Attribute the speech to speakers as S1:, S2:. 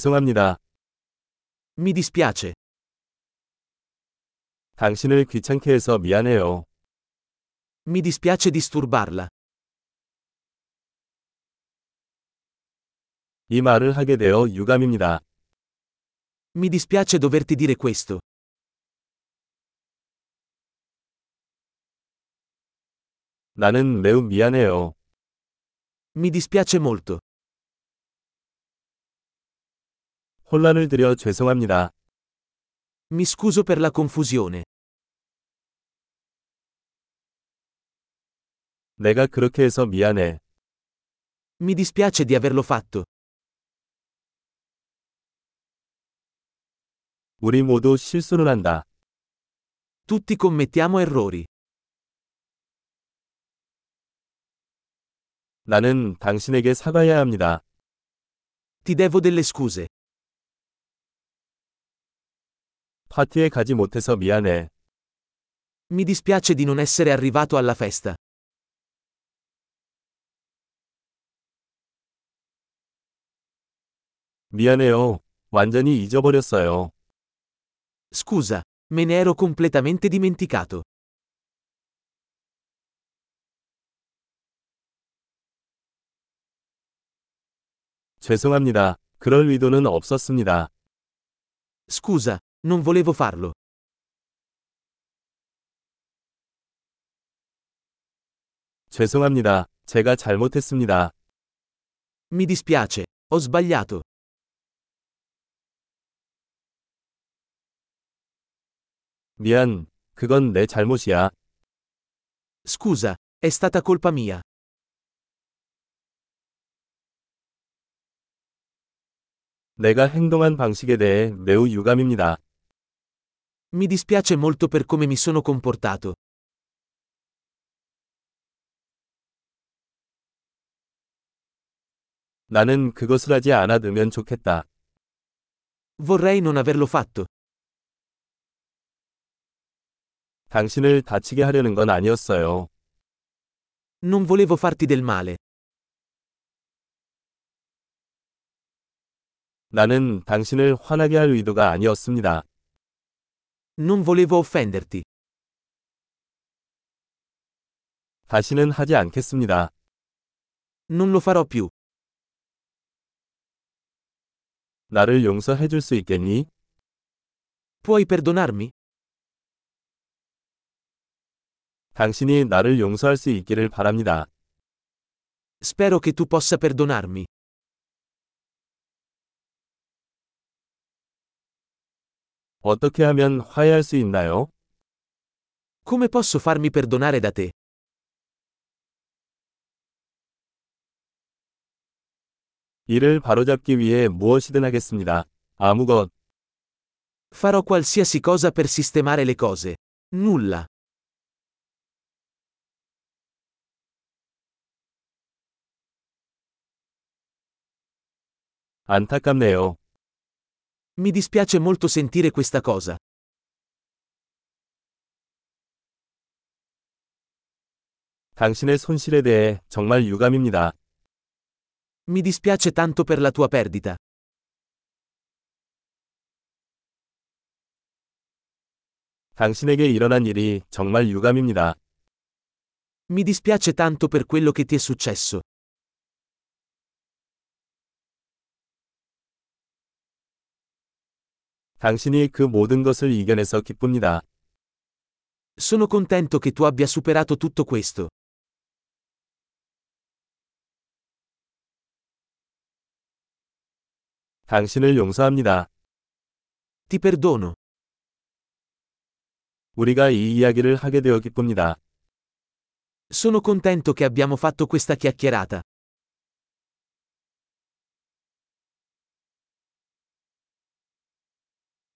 S1: 죄송합니다.
S2: Mi dispiace.
S1: 당신을 귀찮게 해서 미안해요.
S2: Mi dispiace disturbarla.
S1: 이 말을 하게 되어 유감입니다.
S2: Mi dispiace doverti dire questo.
S1: 나는 매우 미안해요.
S2: Mi dispiace molto.
S1: 혼란을 드려 죄송합니다.
S2: Mi scuso per la confusione.
S1: 내가 그렇게 해서 미안해.
S2: Mi dispiace di averlo fatto.
S1: 우리 모두 실수를 한다.
S2: Tutti commettiamo errori.
S1: 나는 당신에게 사과해야 합니다.
S2: Ti devo delle scuse.
S1: 파티에 가지 못해서 미안해.
S2: Mi dispiace di non essere arrivato alla festa.
S1: 미안해요. 완전히 잊어버렸어요.
S2: Scusa, me ne ero completamente dimenticato.
S1: 죄송합니다. 그럴 의도는 없었습니다.
S2: Scusa, non volevo farlo.
S1: 죄송합니다. 제가 잘못했습니다.
S2: Mi dispiace, ho sbagliato.
S1: 미안. 그건 내 잘못이야.
S2: Scusa, è stata colpa mia.
S1: 내가 행동한 방식에 대해 매우 유감입니다.
S2: Mi dispiace molto per come mi sono comportato.
S1: 나는 그것을 하지 않아두면 좋겠다.
S2: Vorrei non averlo fatto.
S1: 당신을 다치게 하려는 건 아니었어요.
S2: Non volevo farti del male.
S1: 나는 당신을 화나게 할 의도가 아니었습니다.
S2: Non volevo offenderti.
S1: 다시는 하지 않겠습니다.
S2: Non lo farò più.
S1: 나를 용서해 줄 수 있겠니?
S2: Puoi perdonarmi?
S1: 당신이 나를 용서할 수 있기를 바랍니다.
S2: Spero che tu possa perdonarmi.
S1: 어떻게 하면 화해할 수 있나요?
S2: Come posso farmi perdonare da te?
S1: 이를 바로잡기 위해 무엇이든 하겠습니다. 아무것.
S2: Farò qualsiasi cosa per sistemare le cose. Nulla.
S1: 안타깝네요.
S2: Mi dispiace molto sentire questa cosa.
S1: 당신의 손실에 대해 정말 유감입니다.
S2: Mi dispiace tanto per la tua perdita.
S1: 당신에게 일어난 일이 정말 유감입니다.
S2: Mi dispiace tanto per quello che ti è successo.
S1: 당신이 그 모든 것을 이겨내서 기쁩니다.
S2: Sono contento che tu abbia superato tutto questo.
S1: 당신을 용서합니다.
S2: Ti perdono.
S1: 우리가 이 이야기를 하게 되어 기쁩니다.
S2: Sono contento che abbiamo fatto questa chiacchierata.